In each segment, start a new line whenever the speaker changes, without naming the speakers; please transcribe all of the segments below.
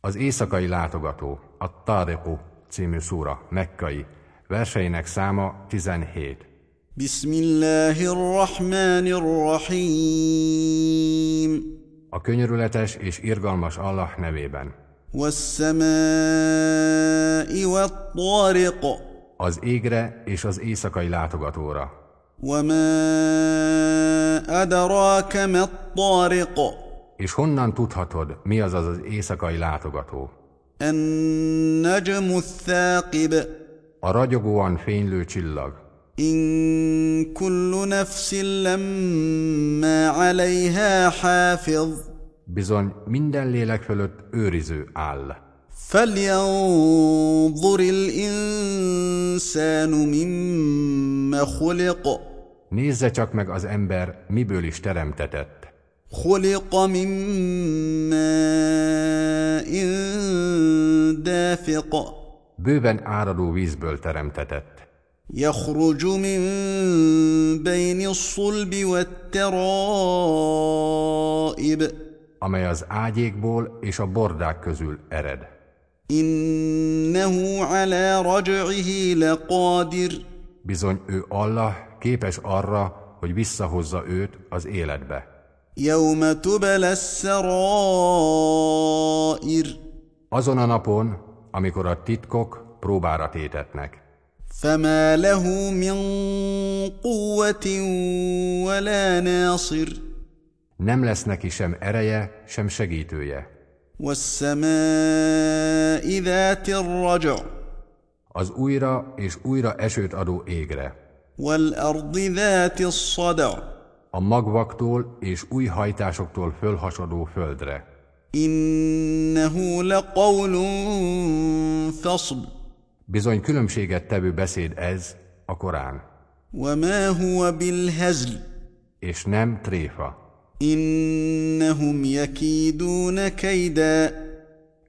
Az éjszakai látogató, a Tariku című szúra, mekkai, verseinek száma 17.
بسم الله الرحمن الرحيم
A könyörületes és irgalmas Allah nevében.
والسماء والطارق
Az égre és az éjszakai látogatóra.
وما أدراك ما الطارق
És honnan tudhatod, mi az az, az éjszakai látogató?
النجم الثاقب
A ragyogóan fénylő csillag.
إن كل نفس لما عليها حافظ
Bizony minden lélek fölött őriző áll.
فلينظر الإنسان مما خلق
Nézze csak meg az ember, miből is teremtetett.
خلق من ماء دافق
Bőven áradó vízből teremtetett.
يخرج من بين الصلب والترائب
amely az ágyékból és a bordák közül ered.
إنه على رجعه لقادر
Bizony ő Allah képes arra, hogy visszahozza őt az életbe.
يوم تبلى السرائر
Azon a napon, amikor a titkok próbára tétetnek,
فما له من قوة ولا ناصر
nem lesz neki sem ereje, sem segítője.
والسماء ذات الرجع
Az újra és újra esőt adó égre,
والأرض ذات الصدع
a magvaktól és új hajtásoktól fölhasadó földre.
إنه لقول فصل
Bizony különbséget tevő beszéd ez a Korán,
وما هو بالهزل
és nem tréfa.
إنهم يكيدون كيدا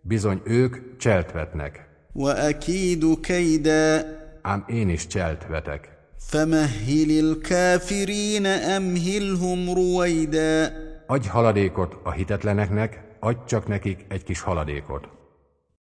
Bizony ők cselt vetnek,
وأكيد كيدا
ám én is cselt vetek.
فمهل الكافرين أمهلهم رويدا
Adj haladékot a hitetleneknek, adj csak nekik egy kis haladékot.